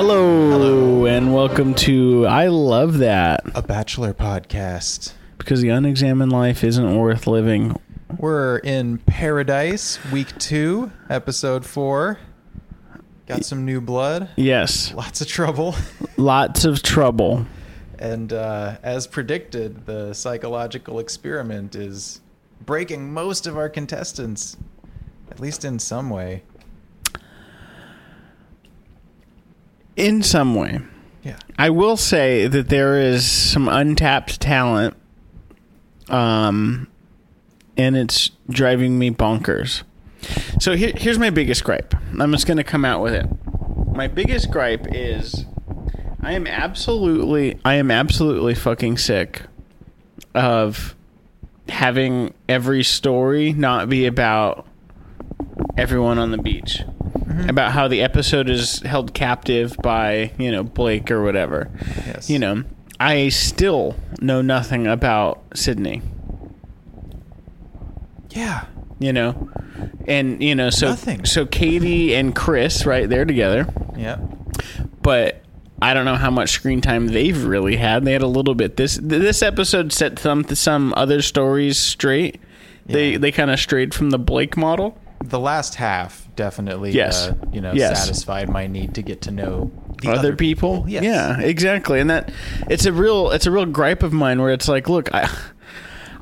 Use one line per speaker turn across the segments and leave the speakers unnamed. Hello, and welcome to I Love That
a bachelor podcast.
because the unexamined life isn't worth living.
We're in paradise, week two, episode four. Got some new blood,
Yes,
lots of trouble,
lots of trouble.
and uh, as predicted, the psychological experiment is breaking most of our contestants, at least in some way.
In some way,
Yeah,
I will say that there is some untapped talent, um, and it's driving me bonkers. So here, here's my biggest gripe. I'm just going to come out with it. My biggest gripe is I am absolutely, I am absolutely fucking sick of having every story not be about everyone on the beach
Mm-hmm.
about how the episode is held captive by you know blake or whatever
yes.
you know i still know nothing about sydney
yeah,
you know and you know so
Nothing.
so katie and chris right there together
yeah,
but I don't know how much screen time they've really had. They had a little bit. This this episode set some some other stories straight. They
Yeah.
they kind of strayed from the Blake model.
the last half definitely,
Yes.
uh, you know,
Yes.
satisfied my need to get to know the
other, people.
Yes.
Yeah, exactly. And that it's a real it's a real gripe of mine where it's like, look, I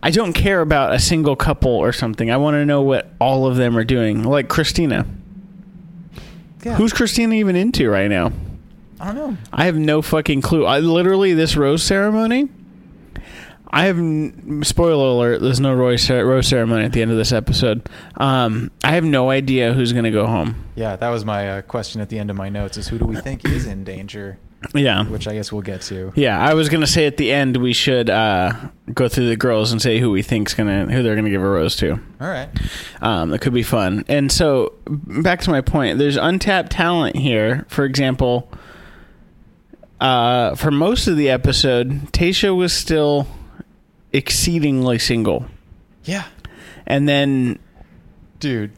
I don't care about a single couple or something. I want to know what all of them are doing. Like Christina.
Yeah.
Who's Christina even into right now?
I don't know.
I have no fucking clue. I literally this rose ceremony. I have n- spoiler alert. There's no rose, cer- rose ceremony at the end of this episode. Um, I have no idea who's gonna go home.
Yeah, that was my uh, question at the end of my notes: is who do we think is in danger?
Yeah,
Which I guess we'll get to.
yeah. I was gonna say at the end we should uh, go through the girls and say who we think's gonna who they're gonna give a rose to.
All right.
Um, that could be fun. And so back to my point, there's untapped talent here. For example, uh, for most of the episode, Tasha was still exceedingly single,
Yeah,
and then
dude,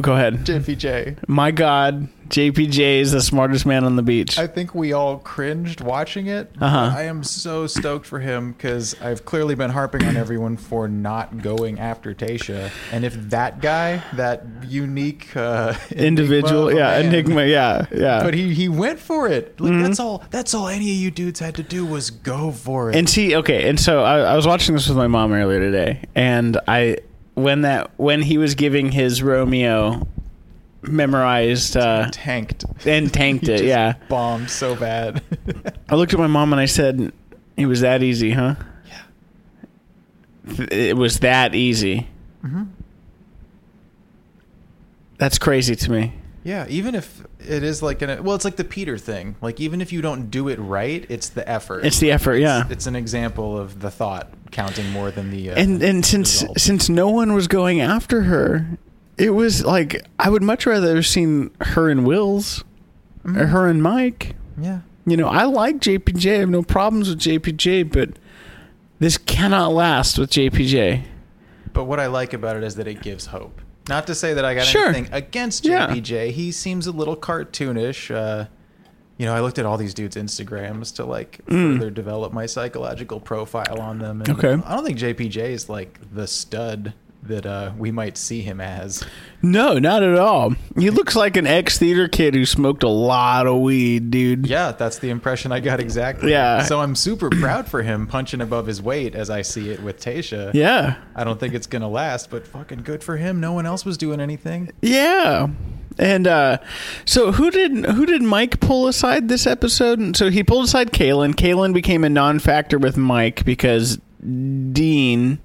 go ahead.
Jiffy J.
My God, JPJ is the smartest man on the beach.
I think we all cringed watching it.
Uh-huh.
I am so stoked for him because I've clearly been harping on everyone for not going after Tasha, and if that guy, that unique uh,
Individual,
enigma of a
yeah,
man-
enigma, Mm-hmm. yeah, yeah.
But he, he went for it. Like that's all. That's all any of you dudes had to do was go for it.
And see, okay, and so I, I was watching this with my mom earlier today, and I when that when he was giving his Romeo memorized uh,
tanked.
and tanked
He
it,
just
yeah.
bombed so bad.
I looked at my mom and I said, "It was that easy, huh?
yeah.
Th- It was that easy."
Mm-hmm.
That's crazy to me.
Yeah, even if it is like an well, it's like the Peter thing. Like even if you don't do it right, it's the effort.
It's the effort, yeah.
It's an example of the thought counting more than the uh,
and and since
result.
since no one was going after her, it was like I would much rather have seen her and Will's
Mm-hmm.
or her and Mike.
yeah,
You know, I like JPJ. I have no problems with JPJ, but this cannot last with JPJ.
but what I like about it is that it gives hope. Not to say that I got
Sure.
anything against
Yeah.
JPJ. He seems a little cartoonish. Uh, you know, I looked at all these dudes' Instagrams to like further develop my psychological profile on them. And
Mm. Okay.
I don't think JPJ is like the stud that uh, we might see him as.
No, not at all. He looks like an ex theater kid who smoked a lot of weed, dude.
Yeah, that's the impression I got exactly.
Yeah.
So I'm super proud for him punching above his weight as I see it with Tasha.
Yeah.
I don't think it's gonna last, but fucking good for him. No one else was doing anything.
Yeah. And uh, so who did who did Mike pull aside this episode? So he pulled aside Kalen. Kalen became a non-factor with Mike because Dean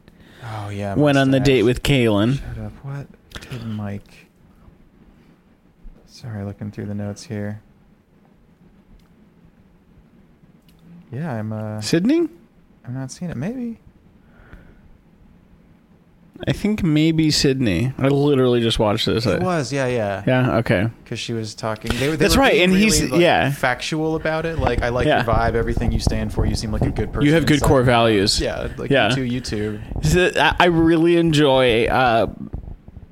Oh yeah.
went on the
mustache.
date with Kalen.
Shut up. What did Mike? Sorry, looking through the notes here. Yeah, I'm uh,
Sydney?
I'm not seeing it. Maybe.
I think maybe Sydney. I literally just watched this.
It was, yeah, yeah,
Yeah, okay.
because she was talking. They, were- they
That's
were
right,
being
and he's-
really, like,
yeah.
factual about it. Like, I like
Yeah.
your vibe, everything you stand for. You seem like a good person.
You have good
inside.
core values.
Yeah, like
Yeah.
you too. You too.
So I I really enjoy uh,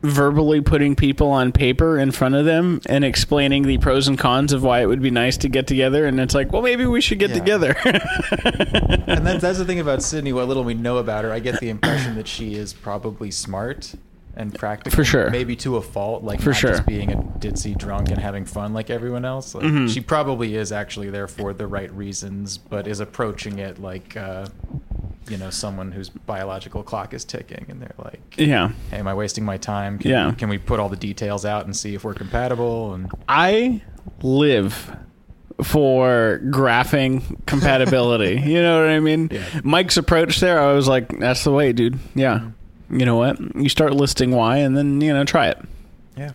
verbally putting people on paper in front of them and explaining the pros and cons of why it would be nice to get together. And it's like, well, maybe we should get
Yeah.
together.
and that's, that's the thing about Sydney. What little we know about her, I get the impression that she is probably smart and practical,
For sure.
Maybe to a fault, like
For
not
sure.
just being a ditzy drunk and having fun like everyone else. Like,
Mm-hmm.
She probably is actually there for the right reasons, but is approaching it like, uh, you know, someone whose biological clock is ticking, and they're like,
yeah.
"Hey, am I wasting my time? Can,
Yeah.
Can we put all the details out and see if we're compatible?" And
I live for graphing compatibility. you know what I mean?
Yeah.
Mike's approach there, I was like, that's the way, dude. Yeah. You know what? You start listing why and then, you know, try it.
yeah.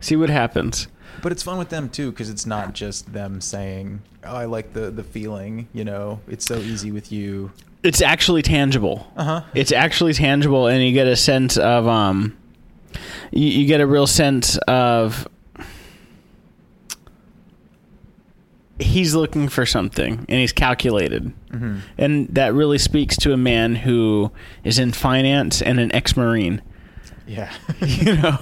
See what happens.
But it's fun with them too because it's not just them saying, "Oh, I like the the feeling," you know. It's so easy with you.
It's actually tangible.
Uh huh.
It's actually tangible and you get a sense of um you, you get a real sense of he's looking for something and he's calculated.
hmm
And that really speaks to a man who is in finance and an ex Marine.
Yeah.
You know?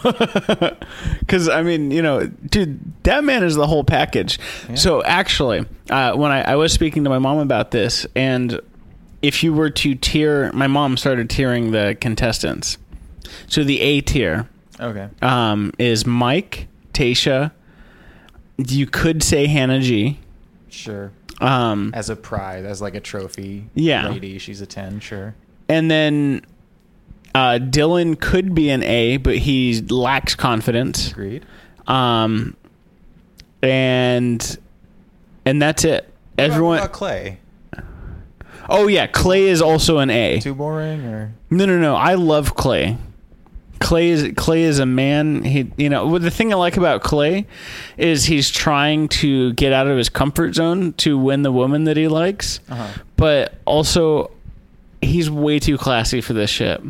Because, I mean, you know, dude, that man is the whole package.
Yeah.
So, actually, uh, when I, I was speaking to my mom about this, and if you were to tier, my mom started tiering the contestants. So, the A tier
okay.
um, is Mike, Tasha, you could say Hannah G.
Sure.
Um,
As a prize, as like a trophy.
Yeah.
Lady, she's a ten. Sure.
And then uh, Dylan could be an A, but he lacks confidence.
Agreed.
Um, and and that's it.
What about-
Everyone.
what about Clay.
Oh yeah, Clay is also an A.
Too boring, or
No, no, no. I love Clay. Clay is Clay is a man. He, you know, well, the thing I like about Clay is he's trying to get out of his comfort zone to win the woman that he likes,
uh-huh.
but also he's way too classy for this shit.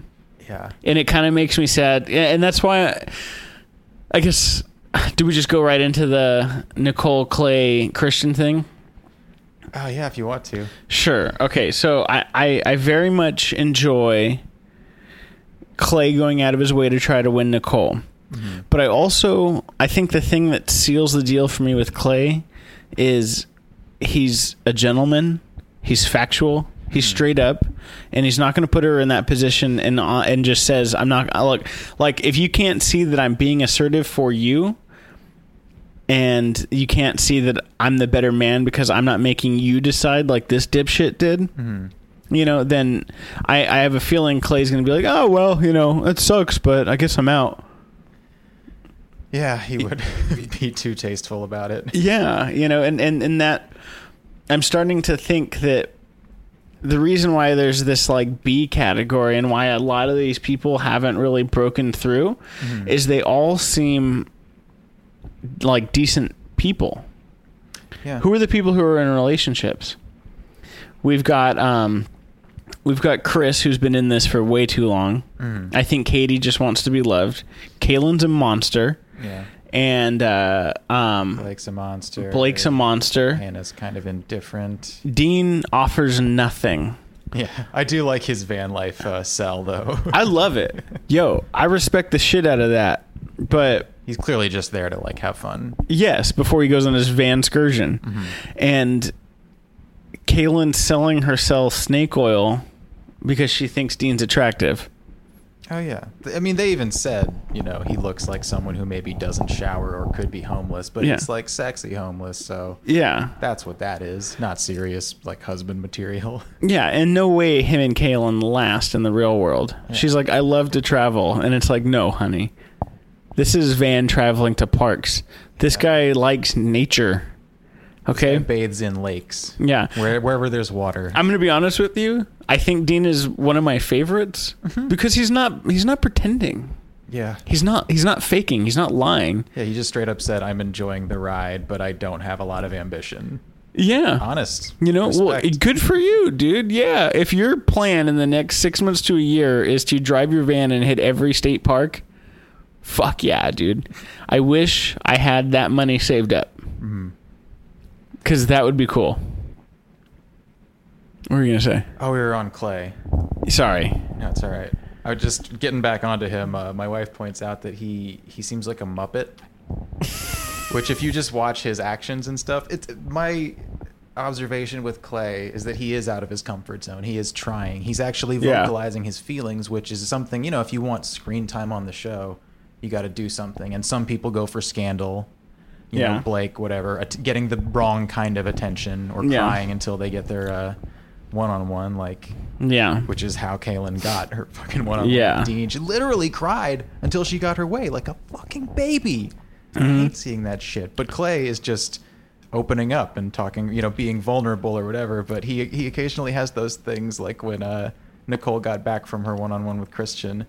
yeah.
and it kind of makes me sad. Yeah, And that's why, I, I guess, do we just go right into the Nicole Clay Christian thing?
Oh yeah, if you want to.
Sure. Okay. So I, I, I very much enjoy Clay going out of his way to try to win Nicole. But I also I think the thing that seals the deal for me with Clay is he's a gentleman, he's factual, he's straight up, and he's not going to put her in that position and uh, and just says I'm not I look like if you can't see that I'm being assertive for you and you can't see that I'm the better man because I'm not making you decide like this dipshit did
hmm
you know, then I, I have a feeling Clay's going to be like, oh, well, you know, that sucks, but I guess I'm out.
Yeah, he would be too tasteful about it.
Yeah, you know, and, and, and that I'm starting to think that the reason why there's this like B category and why a lot of these people haven't really broken through
Mhm.
is they all seem like decent people.
Yeah.
Who are the people who are in relationships? We've got um we've got Chris who's been in this for way too long.
Mhm.
I think Katie just wants to be loved. Kalen's a monster,
Yeah.
and uh, um,
Blake's a monster.
Blake's a monster.
Hannah's kind of indifferent.
Dean offers nothing.
Yeah, I do like his van life uh, cell though.
I love it. Yo, I respect the shit out of that. But
He's clearly just there to like have fun.
yes, before he goes on his van excursion,
Mm-hmm.
and Kalen selling herself snake oil because she thinks Dean's attractive.
Oh yeah, Th- I mean they even said you know he looks like someone who maybe doesn't shower or could be homeless, but
Yeah.
he's like sexy homeless. So
Yeah,
that's what that is. Not serious like husband material.
Yeah, and no way him and Kaylin last in the real world.
Yeah.
She's like, I love to travel. And it's like, no, honey. This is Van traveling to parks. This
Yeah.
guy likes nature. Okay?
And bathes in lakes
Yeah.
where, wherever there's water.
I'm going to be honest with you. I think Dean is one of my favorites because he's not he's not pretending.
yeah,
He's not he's not faking. He's not lying.
yeah. He just straight up said, "I'm enjoying the ride, but I don't have a lot of ambition."
Yeah.
Honest.
You know, well,
Respect.
good for you, dude. Yeah. If your plan in the next six months to a year is to drive your van and hit every state park, fuck yeah, dude. I wish I had that money saved up because that would be cool. What were you going to say?
oh, we were on clay.
Sorry.
No, it's all right. I I was just getting back onto him. Uh, my wife points out that he he seems like a muppet, which if you just watch his actions and stuff, it's my observation with Clay is that he is out of his comfort zone. He is trying. He's actually
Yeah.
vocalizing his feelings, which is something you know. If you want screen time on the show, you got to do something. And some people go for scandal. You
Yeah.
know, Blake, whatever, at- getting the wrong kind of attention or
Yeah.
crying until they get their uh, one-on-one. Like,
Yeah.
which is how Kaylin got her fucking one on
Yeah.
one Dean. She literally cried until she got her way, like a fucking baby.
Mm-hmm.
I hate seeing that shit. But Clay is just opening up and talking, you know, being vulnerable or whatever. But he he occasionally has those things, like when uh, Nicole got back from her one on one with Christian,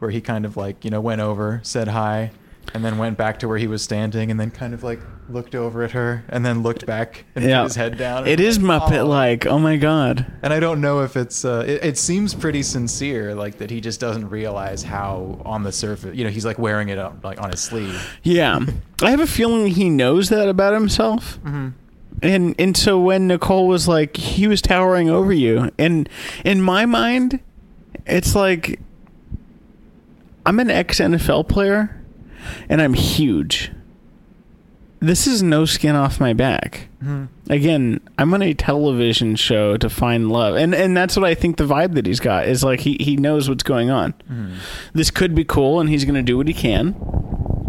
where he kind of like you know went over, said hi, and then went back to where he was standing, and then kind of like looked over at her, and then looked back and
yeah.
put his head down.
It is Muppet
Oh.
like. Oh my god.
And I don't know if it's. Uh, it, it seems pretty sincere, like that he just doesn't realize how on the surface. You know, he's like wearing it up, like on his sleeve.
Yeah. I have a feeling he knows that about himself.
Mm-hmm.
And and so when Nicole was like he was towering over you and in my mind it's like I'm an ex NFL player and I'm huge. This is no skin off my back. Again, I'm on a television show to find love. And and that's what I think the vibe that he's got is like he, he knows what's going on.
Mm-hmm.
This could be cool and he's going to do what he can.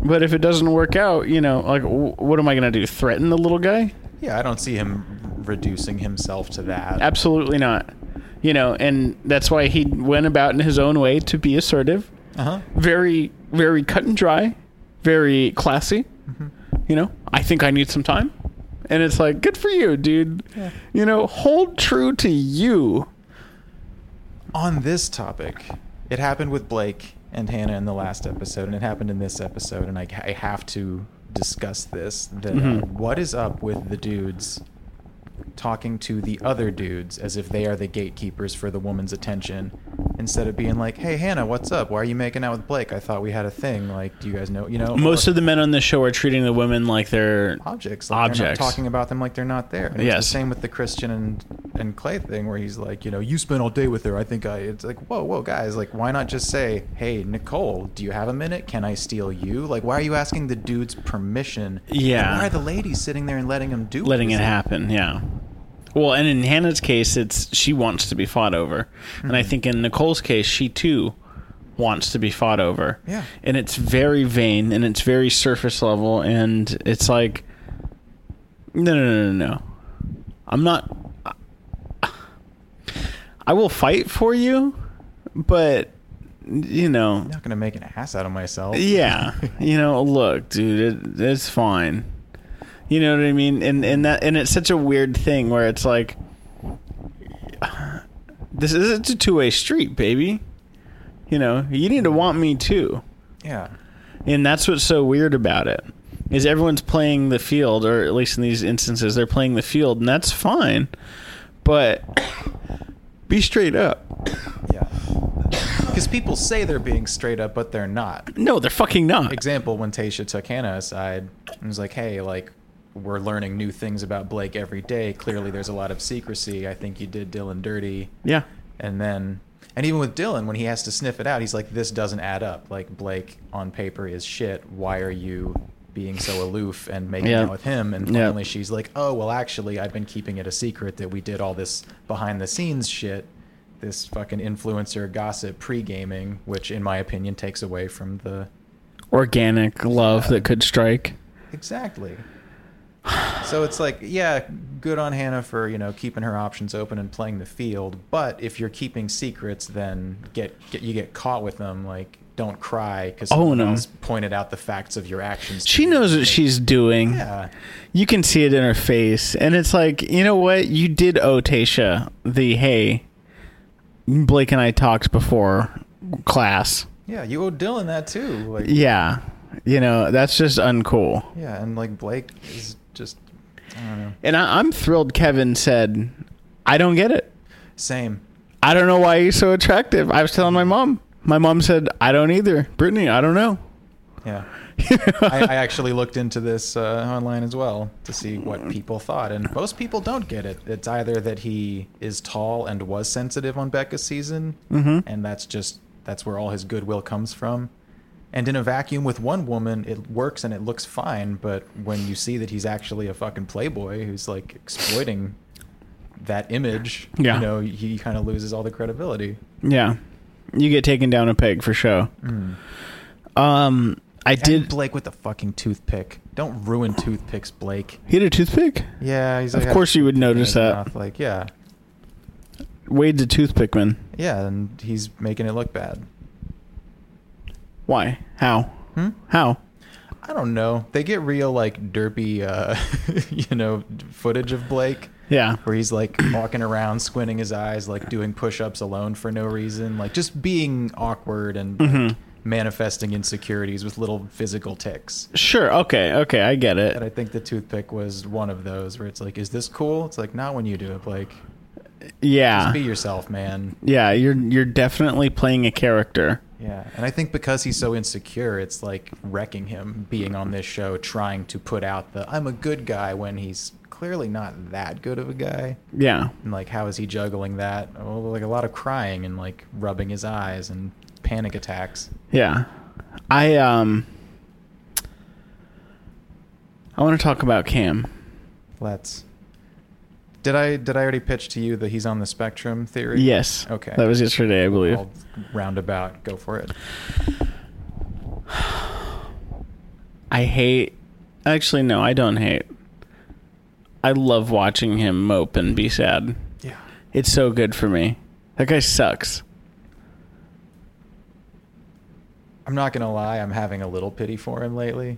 But if it doesn't work out, you know, like w- what am I going to do? Threaten the little guy?
Yeah, I don't see him reducing himself to that.
Absolutely not. You know, and that's why he went about in his own way to be assertive.
Uh-huh.
Very very cut and dry, very classy. You know, I think I need some time. And it's like, good for you, dude. You know, hold true to you.
On this topic, it happened with Blake and Hannah in the last episode, and it happened in this episode, and I, I have to discuss this. That uh, what is up with the dudes talking to the other dudes as if they are the gatekeepers for the woman's attention instead of being like, "Hey, Hannah, what's up? Why are you making out with Blake? I thought we had a thing. Like, do you guys know? You know,
Most
or
of the men on this show are treating the women like they're
objects, like they're not
Objects.
talking about them like they're not there. And it's
Yes.
the same with the Christian and and Clay thing, where he's like, you know, you spent all day with her. I think I. It's like, whoa, whoa, guys, like, why not just say, hey, Nicole, do you have a minute? Can I steal you? Like, why are you asking the dude's permission? And
Yeah.
why are the ladies sitting there and letting him do?
letting it
Is
happen. Yeah. Well, and in Hannah's case, it's she wants to be fought over, and
Mm-hmm.
I think in Nicole's case, she too wants to be fought over.
Yeah.
And it's very vain, and it's very surface level, and it's like, no, no, no, no, no. I'm not. I will fight for you, but you know,
I'm not gonna make an ass out of myself.
yeah, you know, look, dude, it, it's fine. You know what I mean? And and that and it's such a weird thing where it's like, this is it's a two way street, baby. You know, you need to want me too,
Yeah.
and that's what's so weird about it is everyone's playing the field, or at least in these instances, they're playing the field, and that's fine. But be straight up.
Yeah. Because people say they're being straight up, but they're not.
No, they're fucking not.
example when Tasha took Hannah aside and was like, "Hey, like we're learning new things about Blake every day. Clearly, there's a lot of secrecy. I think you did Dylan dirty."
Yeah.
And then, and even with Dylan, when he has to sniff it out, he's like, "This doesn't add up. Like Blake on paper is shit. Why are you?" Being so aloof and making
Yeah.
out with him, and
Yeah.
finally she's like, "Oh well, actually, I've been keeping it a secret that we did all this behind the scenes shit, this fucking influencer gossip pre gaming, which in my opinion takes away from the
Organic love that could strike.
Exactly. So it's like, yeah, good on Hannah for, you know, keeping her options open and playing the field, but if you're keeping secrets then get, get you get caught with them like don't cry cuz
Oh, no.
pointed out the facts of your actions. to
She
you.
knows what
Like,
she's doing.
Yeah.
You can see it in her face. And it's like, you know what? You did owe Tasha the hey, Blake and I talked before class.
Yeah, you owe Dylan that too. Like
Yeah. You know, that's just uncool.
yeah, and like Blake is just I don't know.
And I, I'm thrilled Kevin said, I don't get it.
Same.
I don't know why you're so attractive. I was telling my mom. My mom said, I don't either. Brittany, I don't know.
Yeah. I, I actually looked into this uh, online as well to see what people thought, and most people don't get it. It's
Mm-hmm.
either that he is tall and was sensitive on Becca's season, and that's just That's where all his goodwill comes from. And in a vacuum with one woman, it works and it looks fine. But when you see that he's actually a fucking playboy who's like exploiting that image,
Yeah.
you know, he kind of loses all the credibility.
Yeah. You get taken down a peg for show. Um, I
Did
did.
Mm. Blake with the fucking toothpick? Don't ruin toothpicks, Blake.
He had a toothpick?
Yeah, he's
Of
like,
course you would notice that.
Like, yeah,
Wade's a toothpick man.
yeah, and he's making it look bad.
Why? How?
Hmm?
How?
I don't know. They get real like derpy, uh, you know, footage of Blake
Yeah.
where he's like walking around, squinting his eyes, like doing push-ups alone for no reason, like just being awkward and like,
Mhm.
manifesting insecurities with little physical ticks.
Sure. Okay. Okay. I get
And
it.
I think the toothpick was one of those where it's like, is this cool? It's like not when you do it, Blake. Just
Yeah.
be yourself, man.
Yeah. You're you're definitely playing a character.
Yeah, and I think because he's so insecure, it's like wrecking him being on this show, trying to put out the "I'm a good guy" when he's clearly not that good of a guy.
Yeah.
And like, how is he juggling that? Well, like a lot of crying and like rubbing his eyes and panic attacks.
Yeah. I um. I want to talk about Cam.
Let's. Did I did I already pitch to you that he's on the spectrum theory?
Yes.
Okay.
That was yesterday, I believe.
All roundabout. Go for it.
I hate. Actually, no, I don't hate. I love watching him mope and be sad.
Yeah.
It's so good for me. That guy sucks.
I'm not gonna lie. I'm having a little pity for him lately.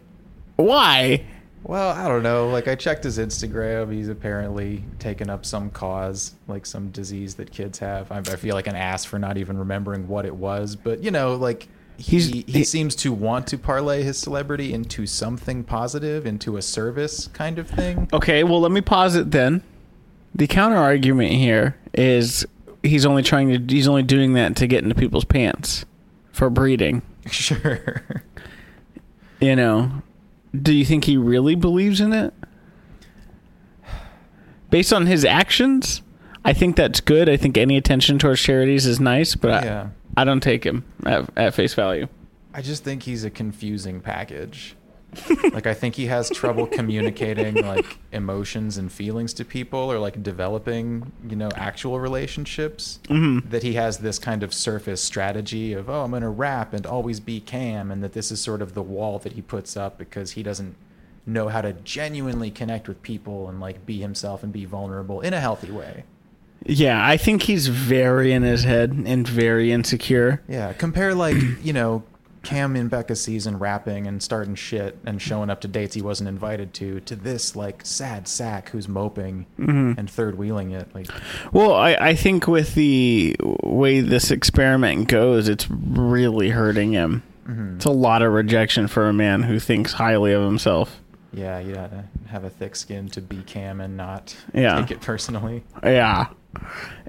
Why?
Well, I don't know. Like I checked his Instagram. He's apparently taken up some cause, like some disease that kids have. I, I feel like an ass for not even remembering what it was, but you know, like he
He's-
he,
he-
seems to want to parlay his celebrity into something positive, into a service kind of thing.
Okay, well, let me pause it then. The counter argument here is he's only trying to he's only doing that to get into people's pants for breeding.
Sure.
You know, do you think he really believes in it? Based on his actions, I think that's good. I think any attention towards charities is nice, but
Yeah.
I, I don't take him at, at face value.
I just think he's a confusing package. like I think he has trouble communicating like emotions and feelings to people or like developing, you know, actual relationships. That he has this kind of surface strategy of, oh, I'm going to rap and always be Cam and that this is sort of the wall that he puts up because he doesn't know how to genuinely connect with people and like be himself and be vulnerable in a healthy way.
Yeah, I think he's very in his head and very insecure.
Yeah, compare like you know Cam and Becca season rapping and starting shit and showing up to dates he wasn't invited to to this like sad sack who's moping
Mm-hmm.
and third wheeling it like
Well, I, I think with the way this experiment goes, it's really hurting him.
Mm-hmm.
It's a lot of rejection for a man who thinks highly of himself.
yeah you gotta have a thick skin to be Cam and not
Yeah.
take it personally.
Yeah.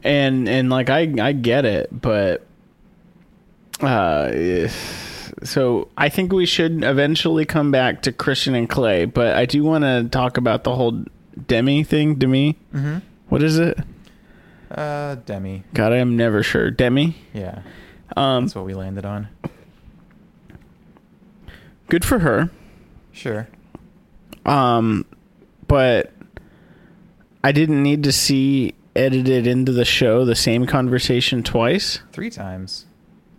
And and like I I get it, but uh if- so I think we should eventually come back to Christian and Clay, but I do want to talk about the whole Demi thing, Demi.
Mm-hmm.
What is it?
Uh, Demi,
God, I am never sure. Demi.
yeah,
Um
that's what we landed on.
good for her.
Sure.
Um, but I didn't need to see edited into the show the same conversation twice.
Three times.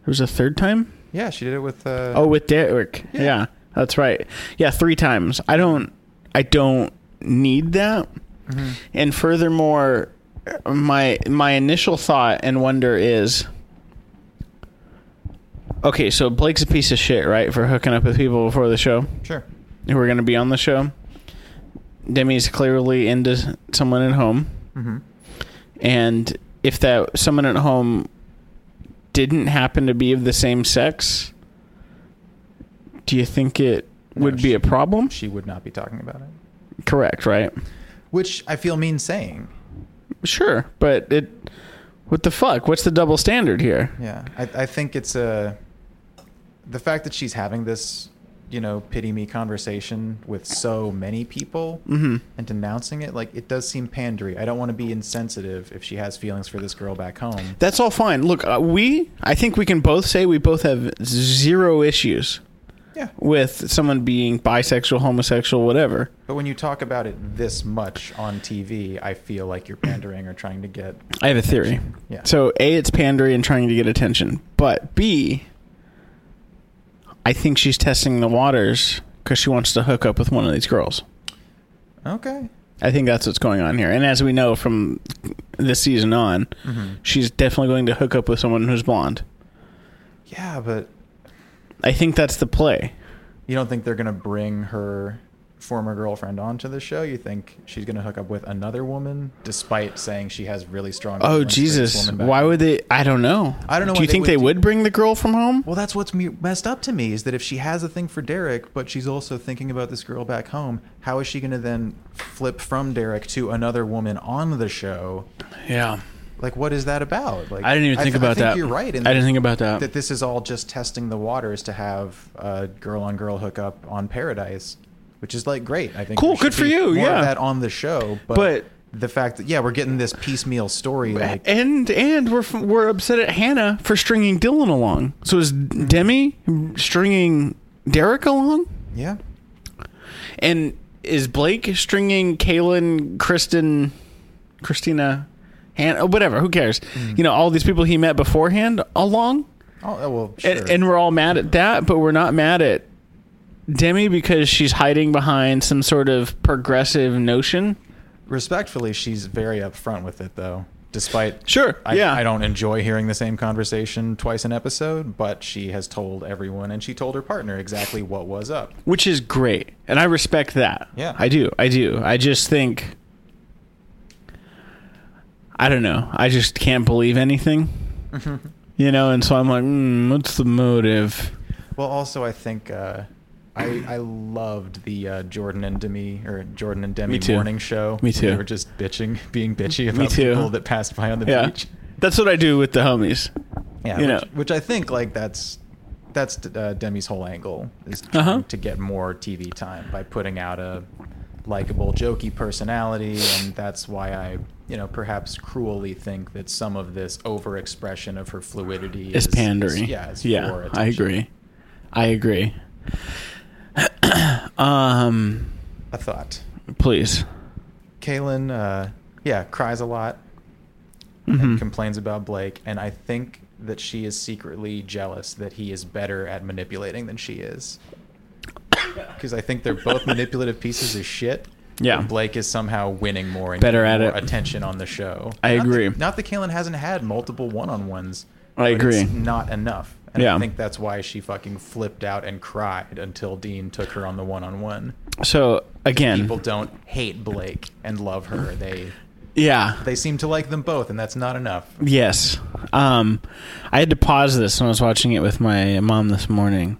There was a third time.
Yeah, she did it with uh.
Oh, with Derek. Yeah.
Yeah.
that's right. Yeah, three times. I don't. I don't need that.
mhm.
And furthermore, my my initial thought and wonder is. Okay, so Blake's a piece of shit, right, for hooking up with people before the show.
Sure.
who are going to be on the show. Demi's clearly into someone at home,
Mm-hmm.
and if that someone at home didn't happen to be of the same sex, do you think it
No,
would be
she-
a problem?
She would not be talking about it,
Correct, right?
which I feel mean saying.
Sure, but it. What the fuck? What's the double standard here?
Yeah, I, I think it's a the fact that she's having this you know pity me conversation with so many people and denouncing it like it does seem pandery i don't want to be insensitive if she has feelings for this girl back home
That's all fine. Look, uh, we I think we can both say we both have zero issues
yeah
with someone being bisexual, homosexual, whatever.
but when you talk about it this much on tv i feel like you're pandering or trying to get
I have a theory.
Yeah.
So A it's pandering and trying to get attention, but B I think she's testing the waters cuz she wants to hook up with one of these girls.
okay
I think that's what's going on here. And as we know from this season on,
Mm-hmm.
she's definitely going to hook up with someone who's blonde.
yeah but
I think that's the play.
you don't think they're gonna bring her former girlfriend onto the show you think she's gonna hook up with another woman despite saying she has really strong
Oh
feelings for this
Jesus!
woman back
Why
home?
would they? I don't know.
I don't know
Do
why
you
they
think
would
they
do
would bring the girl from home?
Well, that's what's me- messed up to me is that if she has a thing for Derek, but she's also thinking about this girl back home, how is she going to then flip from Derek to another woman on the show?
Yeah,
Like, what is that about? Like,
I didn't even think
th-
about
I think
that.
You're right. In
I didn't think about that.
that this is all just testing the waters to have a girl-on-girl hookup on Paradise, which is like great. I think
Cool,
there should
good for
be
you,
More
yeah.
of that on the show, but,
But-
the fact that yeah, we're getting this piecemeal story. Like,
and and we're f- we're upset at Hannah for stringing Dylan along. So is Demi stringing Derek along?
yeah,
And is Blake stringing Kaylin, Kristen, Christina, Hannah, whatever? Who cares? You know, all these people he met beforehand along,
oh oh, well, sure.
and, and we're all mad at that, but we're not mad at Demi because she's hiding behind some sort of progressive notion.
Respectfully, she's very upfront with it, though. Despite
Sure,
I,
yeah.
I don't enjoy hearing the same conversation twice an episode, but she has told everyone, and she told her partner exactly what was up.
which is great and i respect that
Yeah.
i do i do i just think i don't know i just can't believe anything you know and so i'm like mm, what's the motive
Well, also, I think uh, I I loved the uh, Jordan and Demi or Jordan and Demi
Me too.
morning show.
Me
where They
too.
were just bitching, being bitchy about
too.
people that passed by on the
yeah
beach.
that's what i do with the homies
Yeah,
You
which,
know.
which I think like that's that's uh, Demi's whole angle is trying
Uh-huh.
to get more TV time by putting out a likable, jokey personality, and that's why I, you know, perhaps cruelly think that some of this overexpression of her fluidity
it's
is
pandering
Is, yeah, is for
i
attention.
agree i agree um
A thought.
please
Kaylin, uh, yeah, cries a lot
Hmm. Mm-hmm.
and complains about Blake, and I think that she is secretly jealous that he is better at manipulating than she is. Because I think they're both manipulative pieces of shit.
Yeah.
and Blake is somehow winning more and
Better
getting
at
more
it.
attention on the show.
I
Not
agree.
That, not that Kaylin hasn't had multiple one-on-ones.
I
but it's
agree.
not enough. And
Yeah.
I think that's why she fucking flipped out and cried until Dean took her on the one-on-one
so again
people don't hate Blake and love her. They
yeah
they seem to like them both, and that's not enough.
Yes. Um, I had to pause this when I was watching it with my mom this morning.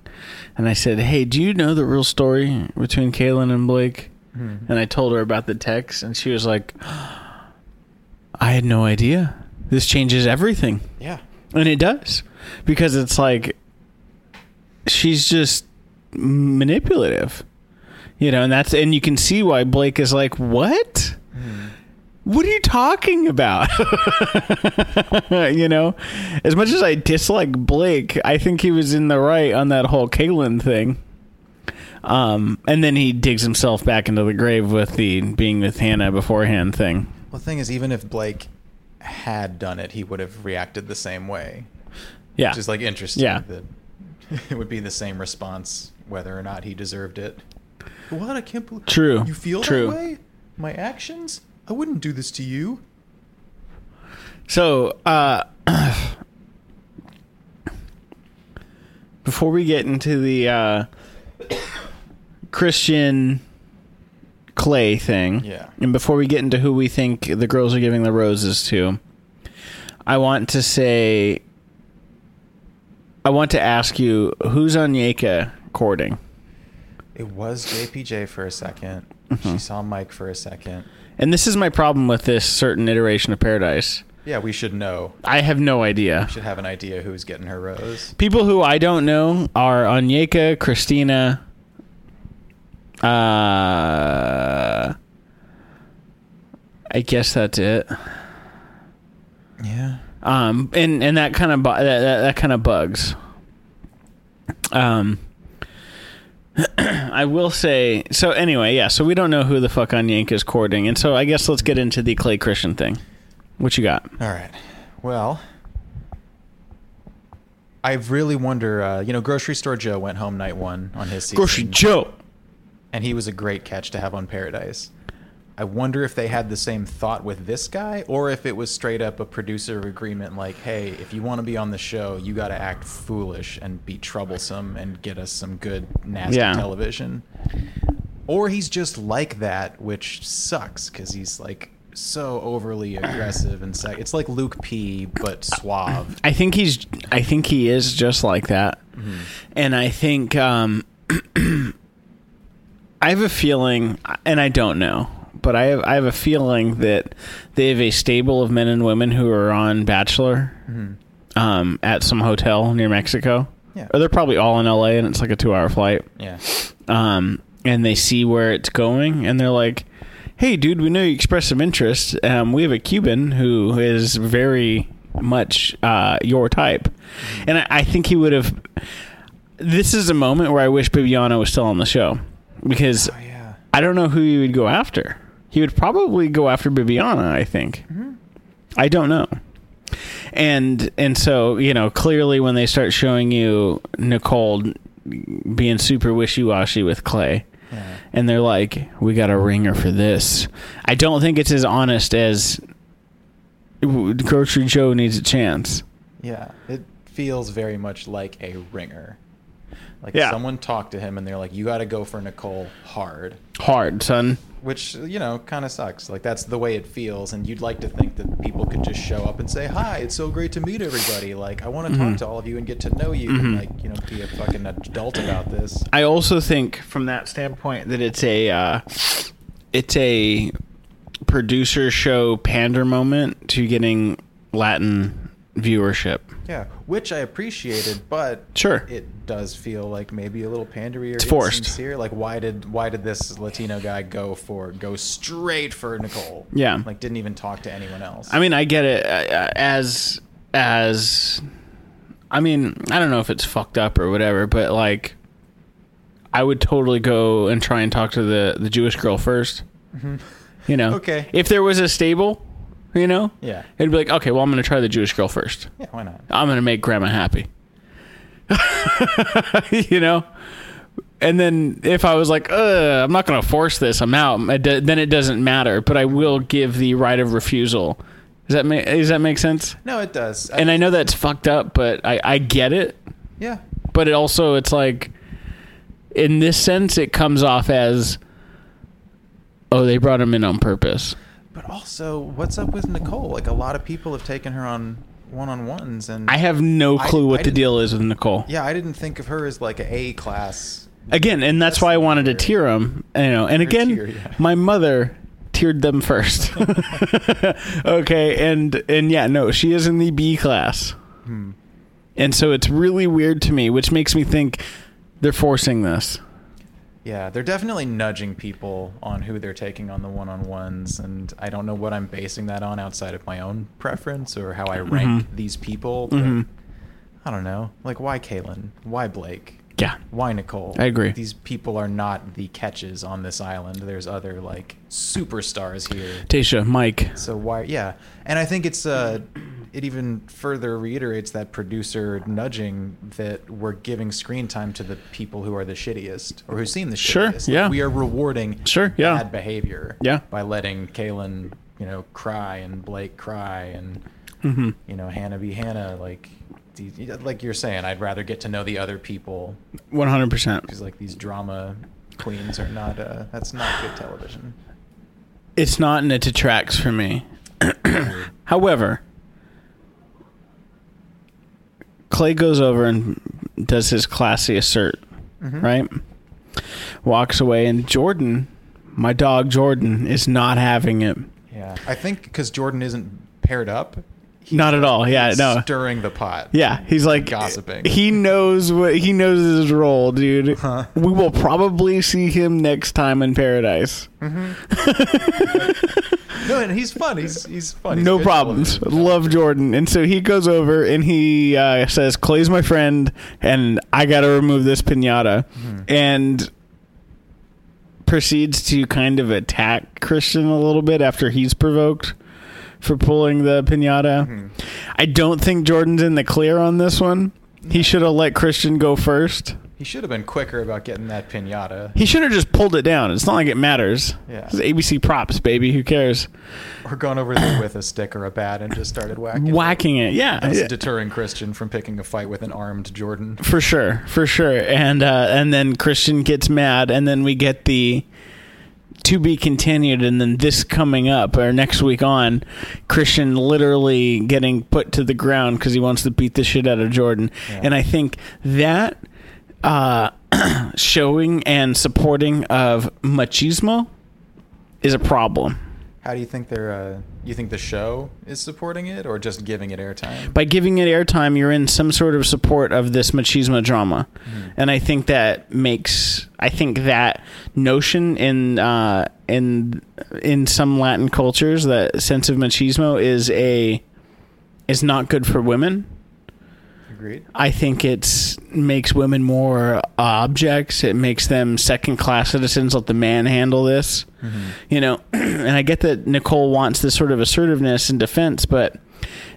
And I said, Hey, do you know the real story between Kaylin and Blake? And I told her about the text, and she was like, I had no idea. This changes everything.
Yeah.
And it does. Because it's like, she's just manipulative. You know, and that's, and you can see why Blake is like, What?
Hmm.
what are you talking about? you know, as much as I dislike Blake, I think he was in the right on that whole Kalen thing. Um, and then he digs himself back into the grave with the being with Hannah beforehand thing.
Well, the thing is, even if Blake had done it, he would have reacted the same way.
Yeah,
Which is like interesting.
Yeah.
That it would be the same response whether or not he deserved it. What? I can't believe.
True.
You feel
True.
that way? My actions? I wouldn't do this to you.
So, uh, before we get into the uh, Christian Clay thing,
Yeah.
and before we get into who we think the girls are giving the roses to, I want to say, I want to ask you who's on Yeka courting,
It was JPJ for a 2nd
Mm-hmm.
She saw Mike for a second.
and this is my problem with this certain iteration of Paradise.
Yeah, we should know.
I have no idea.
Should have an idea who's getting her rose.
People who I don't know are Onyeka, Christina, Uh, I guess that's it.
Yeah.
Um, and and that kind of bu- that, that, that kind of bugs. Um, I will say so. Anyway, yeah. So we don't know who the fuck on Yank is courting, and so I guess let's get into the Clay Christian thing. What you got?
All right. Well, I really wonder. Uh, you know, Grocery Store Joe went home night one on his season,
Grocery Joe.
and he was a great catch to have on Paradise. I wonder if they had the same thought with this guy, or if it was straight up a producer agreement, like, "Hey, if you want to be on the show, you got to act foolish and be troublesome and get us some good nasty
Yeah.
television." Or he's just like that, which sucks because he's like so overly aggressive and se- it's like Luke P, but suave.
I think he's. I think he is just like that,
Mm-hmm.
and I think um, I have a feeling, and I don't know, but I have I have a feeling that they have a stable of men and women who are on Bachelor,
Mm-hmm.
um, at some hotel near Mexico.
Yeah.
Or they're probably all in LA, and it's like a two-hour flight.
Yeah.
Um, and they see where it's going, and they're like. Hey, dude, we know you expressed some interest. Um, we have a Cuban who is very much uh, your type. And I, I think he would have. This is a moment where I wish Bibiano was still on the show because
Oh, yeah.
I don't know who he would go after. He would probably go after Bibiana, I think.
Mm-hmm.
I don't know. And and so, you know, clearly when they start showing you Nicole being super wishy-washy with Clay
Yeah.
and they're like, "We got a ringer for this." I don't think it's as honest as w- Grocery Joe needs a chance.
Yeah, it feels very much like a ringer. Like
Yeah.
someone talked to him and they're like, "You got to go for Nicole hard,"
Hard, son.
which you know kind of sucks. Like that's the way it feels, and you'd like to think that people could just show up and say, "Hi, it's so great to meet everybody. Like I want to talk to all of you and get to know you, and like you know be a fucking adult about this."
I also think from that standpoint that it's a uh, it's a producer show pander moment to getting Latin viewership.
Yeah, which I appreciated, but
Sure.
it does feel like maybe a little pandery or it's
forced.
insincere. Like, why did why did this Latino guy go for go straight for Nicole?
Yeah.
like didn't even talk to anyone else.
I mean, I get it uh, uh, as as I mean, I don't know if it's fucked up or whatever, but like I would totally go and try and talk to the the Jewish girl 1st You know.
Mm-hmm. Okay.
If there was a stable, you know?
yeah,
It'd be like, "Okay, well, I'm going to try the Jewish girl first.
yeah, why not?
I'm gonna make grandma happy. you know? And then if I was like, Ugh, I'm not gonna force this, I'm out, it do- then it doesn't matter, but I will give the right of refusal. Does that make does that make sense?
No, it does. I-
And I know that's fucked up, but I, I get it.
yeah,
But it also it's like in this sense it comes off as Oh, they brought him in on purpose.
but also, what's up with Nicole? Like, a lot of people have taken her on one on ones, and
I have no
I-
clue
I
what the
didn't-
deal is with Nicole.
yeah, I didn't think of her as like a A class.
again, and that's why I wanted to tier them. You know, and again,
tier, yeah.
my mother tiered them first. okay, and and yeah, no, she is in the B class,
hmm,
and so it's really weird to me, which makes me think they're forcing this.
Yeah, they're definitely nudging people on who they're taking on the one on ones. And I don't know what I'm basing that on outside of my own preference or how I
Mm-hmm.
rank these people. But
Mhm.
I don't know. Like, why Caitlin? Why Blake?
Yeah,
Why Nicole?
I agree.
These people are not the catches on this island. There's other, like, superstars here.
Tasha, Mike,
So why? Yeah, and I think it's uh, it even further reiterates that producer nudging that we're giving screen time to the people who are the shittiest or who seem the shittiest.
Sure,
Like,
yeah.
we are rewarding
Sure, yeah.
bad behavior.
Yeah.
by letting Kalen, you know, cry and Blake cry and
Mm-hmm.
you know Hannah be Hannah. Like, the- like you're saying, I'd rather get to know the other people
one hundred percent.
because like these drama queens are not. Uh, that's not good television.
It's not, and it detracts for me.
Mm-hmm.
However, Clay goes over and does his classy assert,
Hmm?
right? Walks away, and Jordan, my dog Jordan, is not having it.
Yeah, I think because Jordan isn't paired up,
Not at all. Yeah, no.
stirring the pot.
Yeah, he's like
Gossiping.
He knows what he knows his role, dude. We will probably see him next time in paradise.
Mm-hmm. No, and he's fun. He's he's fun. He's
no
good
problems.
television.
Love Jordan. And so he goes over and he uh, says, Clay's my friend, and I got to remove this pinata.
Hmm.
And proceeds to kind of attack Christian a little bit after he's provoked for pulling the pinata.
Hmm.
I don't think Jordan's in the clear on this one. He should have let Christian go first.
He should have been quicker about getting that pinata
He should have just pulled it down. It's not like it matters.
Yeah.
It's ABC props, baby. Who cares?
or gone over there with a stick or a bat and just started whacking.
Whacking it. Yeah.
That's
Yeah.
deterring Christian from picking a fight with an armed Jordan.
for sure for sure and uh and then christian gets mad and then we get the to be continued and then this coming up or next week on christian literally getting put to the ground because he wants to beat the shit out of jordan and i think that uh showing and supporting of machismo is a problem
How do you think they're? Uh, you think the show is supporting it or just giving it airtime?
by giving it airtime, you're in some sort of support of this machismo drama, and I think that makes I think that notion in uh, in in some Latin cultures that sense of machismo is a is not good for women.
Agreed.
I think it's makes women more objects. It makes them second class citizens. Let the man handle this,
Mm-hmm.
you know. and I get that Nicole wants this sort of assertiveness and defense, but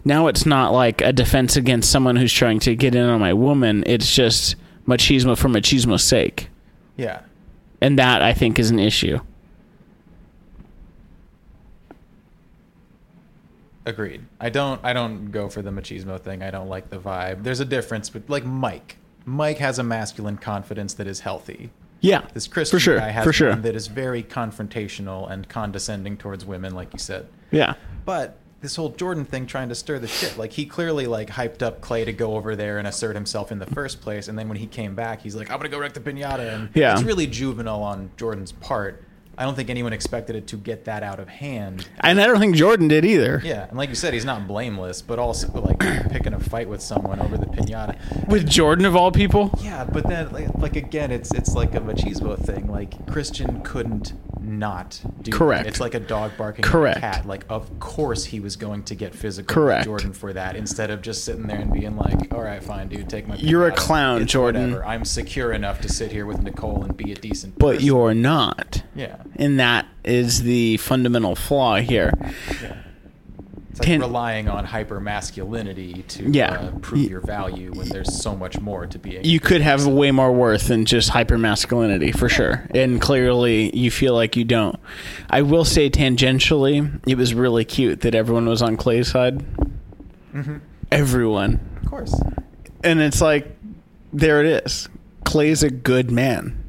now it's not like a defense against someone who's trying to get in on my woman. It's just machismo for machismo's sake,
Yeah.
and that I think is an issue.
Agreed. I don't. I don't go for the machismo thing. I don't like the vibe. There's a difference, but like Mike. Mike has a masculine confidence that is healthy.
Yeah,
This Christian
for sure,
guy has
for sure.
one that is very confrontational and condescending towards women, like you said.
yeah,
But this whole Jordan thing trying to stir the shit, like he clearly like hyped up Clay to go over there and assert himself in the first place, and then when he came back, he's like, "I'm gonna go wreck the pinata," and
Yeah.
it's really juvenile on Jordan's part. I don't think anyone expected it to get that out of hand.
and I don't think Jordan did either.
Yeah, and like you said, he's not blameless, but also like picking a fight with someone over the pinata.
With Jordan of all people,
Yeah, but then like, like again, it's it's like a machismo thing. Like Christian couldn't not do. that.
Correct.
It's like a dog barking at
Correct.
a cat. Like of course he was going to get physical
Correct.
with Jordan for that instead of just sitting there and being like, all right, fine, dude, take my.
You're a
pinata.
clown,
It's
Jordan."
Whatever. I'm secure enough to sit here with Nicole and be a decent.
but
person."
you're not.
Yeah.
And that is the fundamental flaw here.
It's like
Ten-
relying on hyper masculinity to
Yeah.
uh, prove
Y-
your value when there's so much more to being.
You could have way more worth than just hyper masculinity for sure. And clearly you feel like you don't. I will say tangentially, it was really cute that everyone was on Clay's side. Everyone.
Mm-hmm. Of course.
And it's like, there it is. Clay's a good man.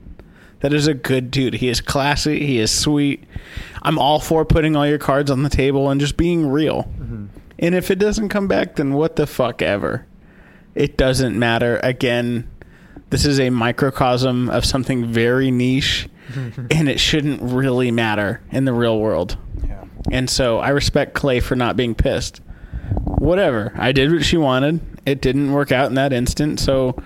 That is a good dude. He is classy. He is sweet. I'm all for putting all your cards on the table and just being real. And if it doesn't come back, then what the fuck ever. It doesn't matter. Again, this is a microcosm of something very niche, and it shouldn't really matter in the real world.
Yeah.
And so I respect Clay for not being pissed. Whatever. I did what she wanted. It didn't work out in that instant. So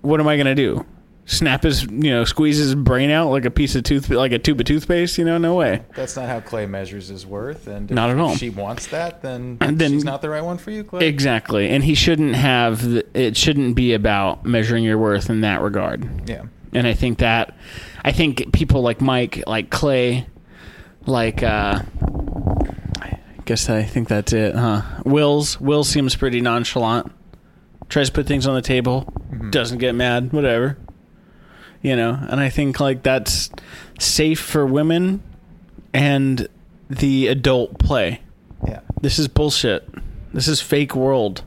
what am I going to do? Snap his, you know, squeeze his brain out like a piece of tooth, like a tube of toothpaste? You know, no way.
That's not how Clay measures his worth, and if
Not at all.
She wants that, then,
then-
she's not the right one for you, Clay.
Exactly. And he shouldn't have, the, it shouldn't be about measuring your worth in that regard.
yeah,
And I think that, I think people like Mike, like Clay, like, uh, I guess I think that's it, huh? Will's, Will seems pretty nonchalant. Tries to put things on the table, doesn't get mad, whatever. You know, and I think like that's safe for women and the adult play.
yeah,
This is bullshit. This is fake world.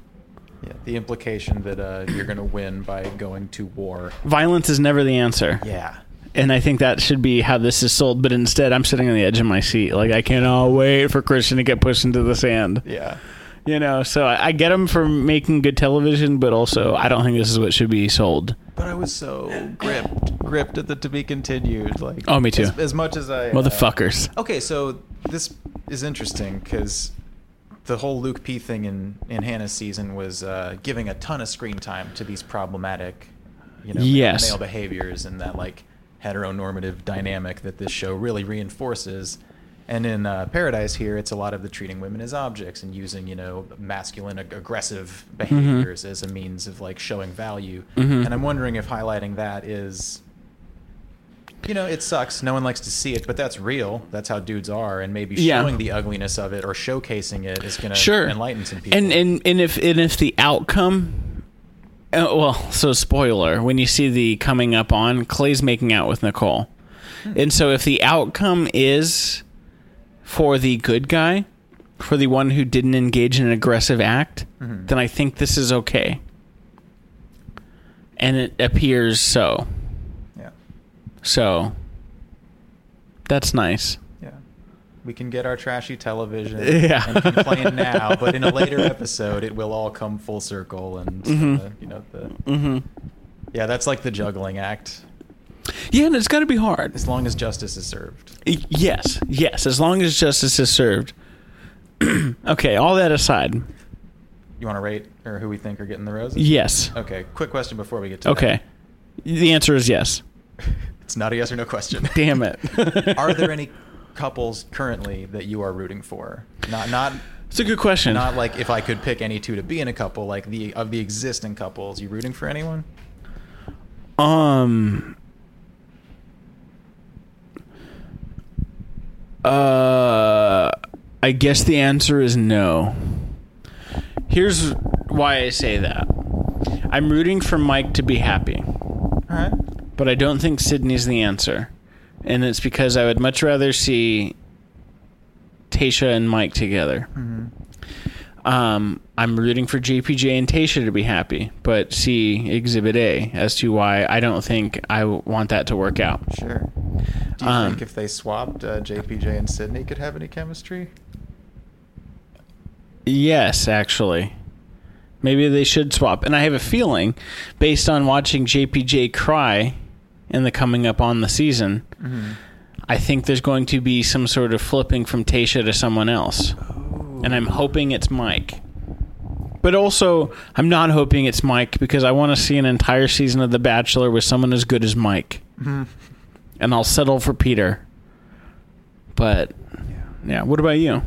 yeah. The implication that uh, you're going to win by going to war.
Violence is never the answer.
Yeah,
and I think that should be how this is sold. But instead, I'm sitting on the edge of my seat, like I cannot wait for Christian to get pushed into the sand.
yeah.
You know, so I, I get him for making good television, but also I don't think this is what should be sold.
But I was so gripped, gripped at the to be continued. Like,
Oh, me too.
As, as much as I uh,
Motherfuckers.
Okay, so this is interesting because the whole Luke P thing in in Hannah's season was uh, giving a ton of screen time to these problematic, you know,
Yes.
male behaviors and that like heteronormative dynamic that this show really reinforces. And in uh, Paradise here, it's a lot of the treating women as objects and using you know masculine ag- aggressive behaviors as a means of like showing value. And I'm wondering if highlighting that is you know, it sucks. No one likes to see it, but that's real. That's how dudes are, and maybe
Yeah.
showing the ugliness of it or showcasing it is going to
sure
enlighten some people.
And and and if and if the outcome, uh, well, so spoiler when you see the coming up on Clay's making out with Nicole, and so if the outcome is for the good guy, for the one who didn't engage in an aggressive act,
Mm-hmm.
then I think this is okay. And it appears so.
yeah,
So that's nice.
yeah, we can get our trashy television
Yeah.
and complain now, but in a later episode, it will all come full circle, and
Mm-hmm.
uh, you know, the yeah, that's like the juggling act.
Yeah, and it's got to be hard.
As long as justice is served,
Y- Yes, yes. As long as justice is served. okay. All that aside,
you want to rate or who we think are getting the roses?
yes.
Okay. Quick question before we get to that.
Okay. The answer is yes.
It's not a yes or no question.
Damn it.
are there any couples currently that you are rooting for? Not not
It's a good question.
not like if I could pick any two to be in a couple, like the of the existing couples, you rooting for anyone?
Um. Uh, I guess the answer is no. Here's why I say that. I'm rooting for Mike to be happy,
All right.
but I don't think Sydney's the answer. And it's because I would much rather see Tasha and Mike together. Um, I'm rooting for JPJ and Tasha to be happy, but see Exhibit A as to why I don't think I w- want that to work out.
Sure. Do you
Um,
think if they swapped uh, JPJ and Sydney could have any chemistry?
Yes, actually. Maybe they should swap. And I have a feeling, based on watching JPJ cry in the coming up on the season, I think there's going to be some sort of flipping from Tasha to someone else. And I'm hoping it's Mike. But also, I'm not hoping it's Mike because I want to see an entire season of The Bachelor with someone as good as Mike.
Mm-hmm.
And I'll settle for Peter. But, yeah, what about you?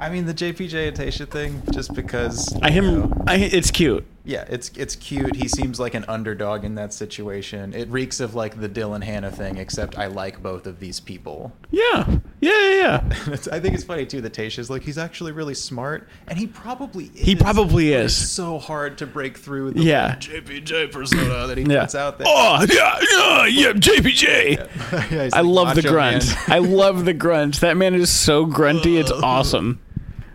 I mean the JPJ and Tasha thing, just because
I
you
am.
know,
I, it's cute.
yeah, it's it's cute. He seems like an underdog in that situation. It reeks of like the Dylan Hannah thing, except I like both of these people.
Yeah. Yeah, yeah, yeah.
It's- I think it's funny too that Tasha's like he's actually really smart, and he probably is.
He probably
but
is.
It's so hard to break through the
Yeah.
JPJ persona that he
Yeah.
puts out there.
Oh, yeah, yeah, yeah, JPJ.
Yeah, he's
I
like
love the
Macho Man.
grunt. I love the grunt. That man is so grunty. It's
Ugh.
awesome.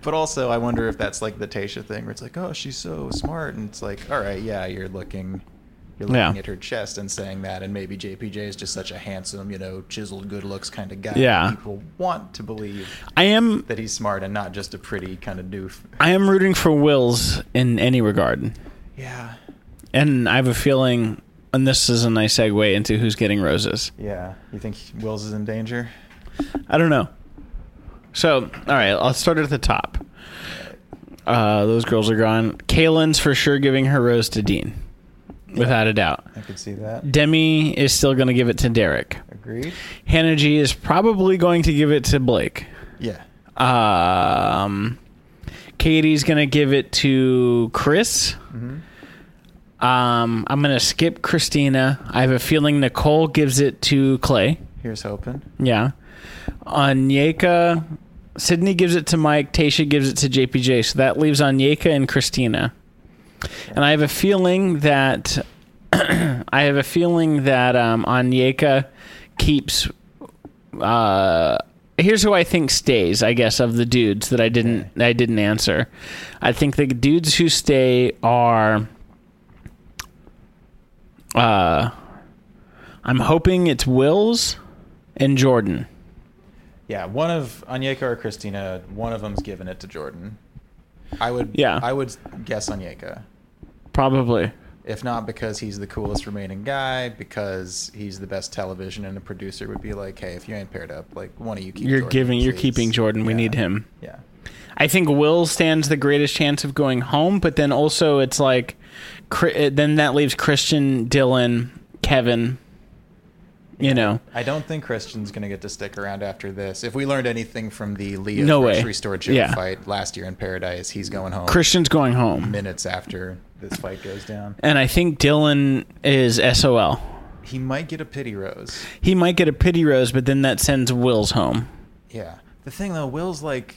but also, I wonder if that's like the Tasha thing, where it's like, oh, she's so smart, and it's like, all right, yeah, you're looking. You're
Yeah.
looking at her chest and saying that, and maybe JPJ is just such a handsome, you know, chiseled, good looks kind of guy. that
Yeah.
People want to believe
I am
that he's smart and not just a pretty kind of doof.
I am rooting for Wills in any regard.
Yeah.
And I have a feeling and this is a nice segue into who's getting roses.
Yeah. You think Wills is in danger?
I don't know. So, all right, I'll start at the top. Uh, those girls are gone. Kaylin's for sure giving her rose to Dean, without a doubt.
I could see that.
Demi is still going to give it to Derek.
Agreed.
Hannah G is probably going to give it to Blake.
Yeah.
Um, Katie's going to give it to Chris.
Mm-hmm.
Um, I'm going to skip Christina. I have a feeling Nicole gives it to Clay.
Here's hoping.
Yeah. Onyeka, Sydney gives it to Mike. Tasha gives it to JPJ. So that leaves Onyeka and Christina. And I have a feeling that I have a feeling that um, Onyeka keeps. Uh, here's who I think stays. I guess of the dudes that I didn't I didn't answer. I think the dudes who stay are. Uh, I'm hoping it's Wills and Jordan.
Yeah, one of Anyeka or Christina, one of them's giving it to Jordan. I would
Yeah.
I would guess Anyeka.
Probably.
If not because he's the coolest remaining guy, because he's the best television and the producer would be like, Hey, if you ain't paired up, like one of you keep
You're
Jordan,
giving you're
please."
keeping Jordan. We
Yeah.
need him.
Yeah.
I think Will stands the greatest chance of going home, but then also it's like, Chri- then that leaves Christian, Dylan, Kevin. You know,
I don't think Christian's going to get to stick around after this. If we learned anything from the Leo
No way.
grocery store joke
Yeah.
fight last year in Paradise, he's going home
Christian's going home,
minutes after this fight goes down.
and I think Dylan is SOL.
He might get a pity rose.
He might get a pity rose, but then that sends Will's home.
Yeah. The thing though, Will's like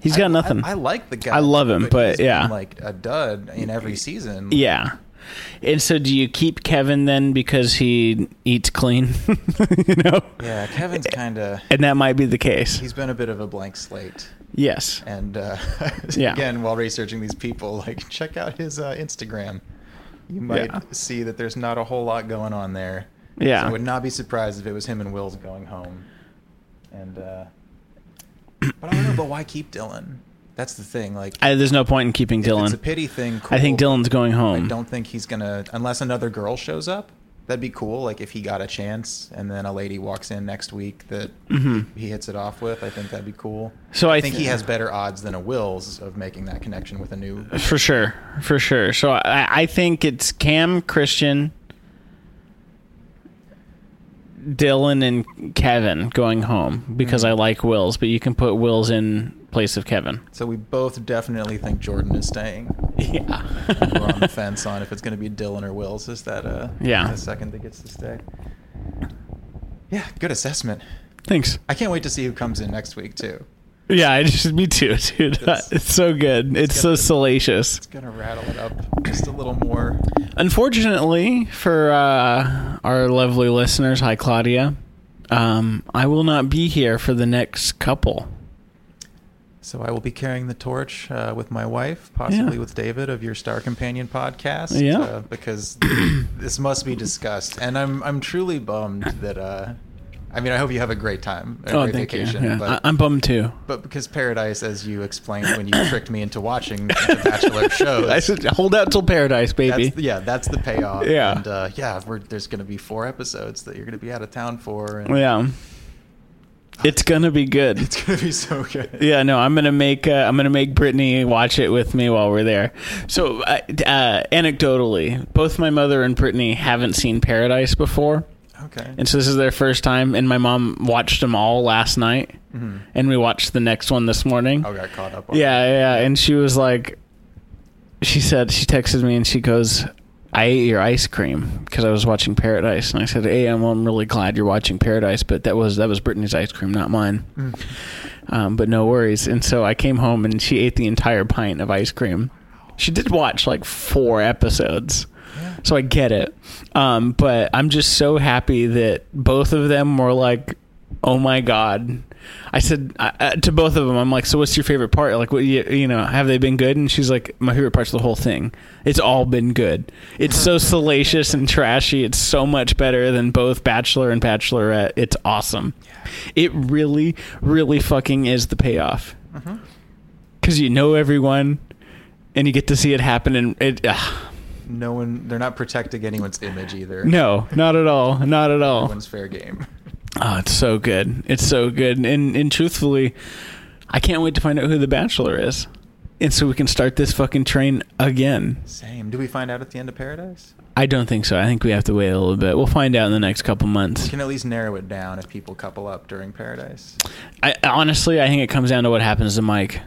He's got nothing.
I, I like the guy.
I love him, but
he's been,
yeah.
like a dud in every season.
Yeah. And so do you keep Kevin then because he eats clean? you know?
Yeah, Kevin's kind of
And that might be the case.
he's been a bit of a blank slate.
yes.
And uh,
Yeah.
again, while researching these people, like check out his uh, Instagram. You might
Yeah.
see that there's not a whole lot going on there.
Yeah.
So I would not be surprised if it was him and Will's going home. And uh, but I don't know. But why keep Dylan? That's the thing. Like
I, there's no point in keeping
if It's a
Dylan.
pity thing. Cool,
I think Dylan's going home.
I don't think he's gonna unless another girl shows up. That'd be cool. Like if he got a chance, and then a lady walks in next week that he hits it off with. I think that'd be cool.
Mm-hmm. So I
think
th-
he has better odds than a Will's of making that connection with a new.
for sure. For sure. So I, I think it's Cam, Christian, Dylan, and Kevin going home because
Mm-hmm.
I like Will's, but you can put Will's in place of Kevin.
So we both definitely think Jordan is staying.
Yeah.
We're on the fence on if it's gonna be Dylan or Will's. Is that uh
Yeah.
the second that gets to stay? Yeah, good assessment.
Thanks.
I can't wait to see who comes in next week too.
Yeah, I just me too, dude.
It's-
It's so good. It's so
gotta-
salacious.
It's gonna rattle it up just a little more.
Unfortunately for uh, our lovely listeners, hi Claudia. Um, I will not be here for the next couple.
So I will be carrying the torch uh, with my wife, possibly
Yeah.
with David of your Star Companion podcast.
Yeah.
uh, because this must be discussed, and I'm I'm truly bummed that. Uh, I mean, I hope you have a great time, a
Oh,
great
thank
vacation,
you. Yeah.
but.
I, am bummed too.
but because Paradise, as you explained when you tricked me into watching the Bachelor shows,
I said, hold out till paradise, baby.
that's, yeah, that's the payoff.
Yeah.
and uh, yeah, we're, there's going to be four episodes that you're going to be out of town for, and
yeah, it's gonna be good.
it's going to be so good.
Yeah, no, I'm gonna make uh, I'm gonna make Brittany watch it with me while we're there. So, uh, d- uh, anecdotally, both my mother and Brittany haven't seen Paradise before.
Okay,
And so this is their first time, and my mom watched them all last night,
Mm-hmm.
and we watched the next one this morning.
I got caught up. On
Yeah, yeah, and she was like, she said she texted me and she goes, "I ate your ice cream because I was watching Paradise," and I said, "Hey, I'm, I'm really glad you're watching Paradise, but that was that was Brittany's ice cream, not mine."
Mm-hmm. Mm.
Um, but no worries. And so I came home and she ate the entire pint of ice cream. She did watch like four episodes. So I get it. Um, but I'm just so happy that both of them were like, oh my God. I said I, uh, to both of them, I'm like, so what's your favorite part? Like, what you, you know, have they been good? And she's like, my favorite part's the whole thing. It's all been good. It's so salacious and trashy. It's so much better than both Bachelor and Bachelorette. It's awesome. It really, really fucking is the payoff.
Mm-hmm.
Because you know everyone and you get to see it happen. And it, ugh.
no one they're not protecting anyone's image either
No, not at all. Not at all.
everyone's fair game
Oh, it's so good. It's so good. And and truthfully, I can't wait to find out who the bachelor is. And so we can start this fucking train again.
same do we find out at the end of paradise
I don't think so. I think we have to wait a little bit. We'll find out in the next couple months.
can at least narrow it down if people couple up during paradise
I honestly, I think it comes down to what happens to Mike.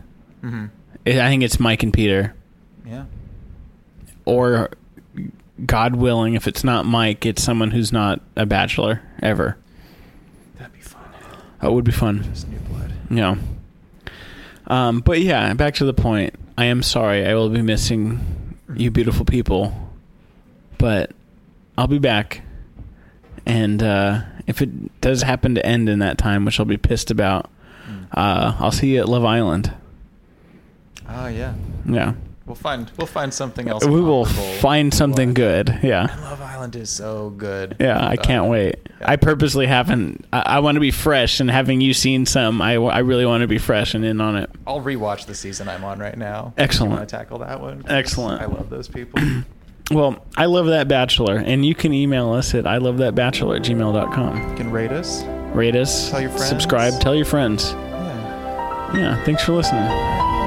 mm-hmm.
I think it's Mike and Peter,
yeah
or God willing, if it's not Mike, it's someone who's not a bachelor ever.
that'd be fun
That would be fun.
just new blood
Yeah. Um, but yeah, back to the point. I am sorry. I will be missing you, beautiful people. But I'll be back. And uh, if it does happen to end in that time, which I'll be pissed about,
Mm.
uh, I'll see you at Love Island.
oh yeah
Yeah.
we'll find we'll find something else
We will
comparable
find
to
something
watch.
good. Yeah.
love island is so good
Yeah, I
Uh,
can't wait. I purposely haven't. I, I want to be fresh, and having you seen some, I, I really want to be fresh and in on it.
i'll rewatch the season i'm on right now
Excellent.
you want to tackle that one 'Cause
Excellent.
i love those people
Well, I love that bachelor, and you can email us at I love that bachelor at gmail.com.
you can rate us
Rate us,
Tell your friends.
subscribe, tell your friends.
yeah.
Yeah, thanks for listening.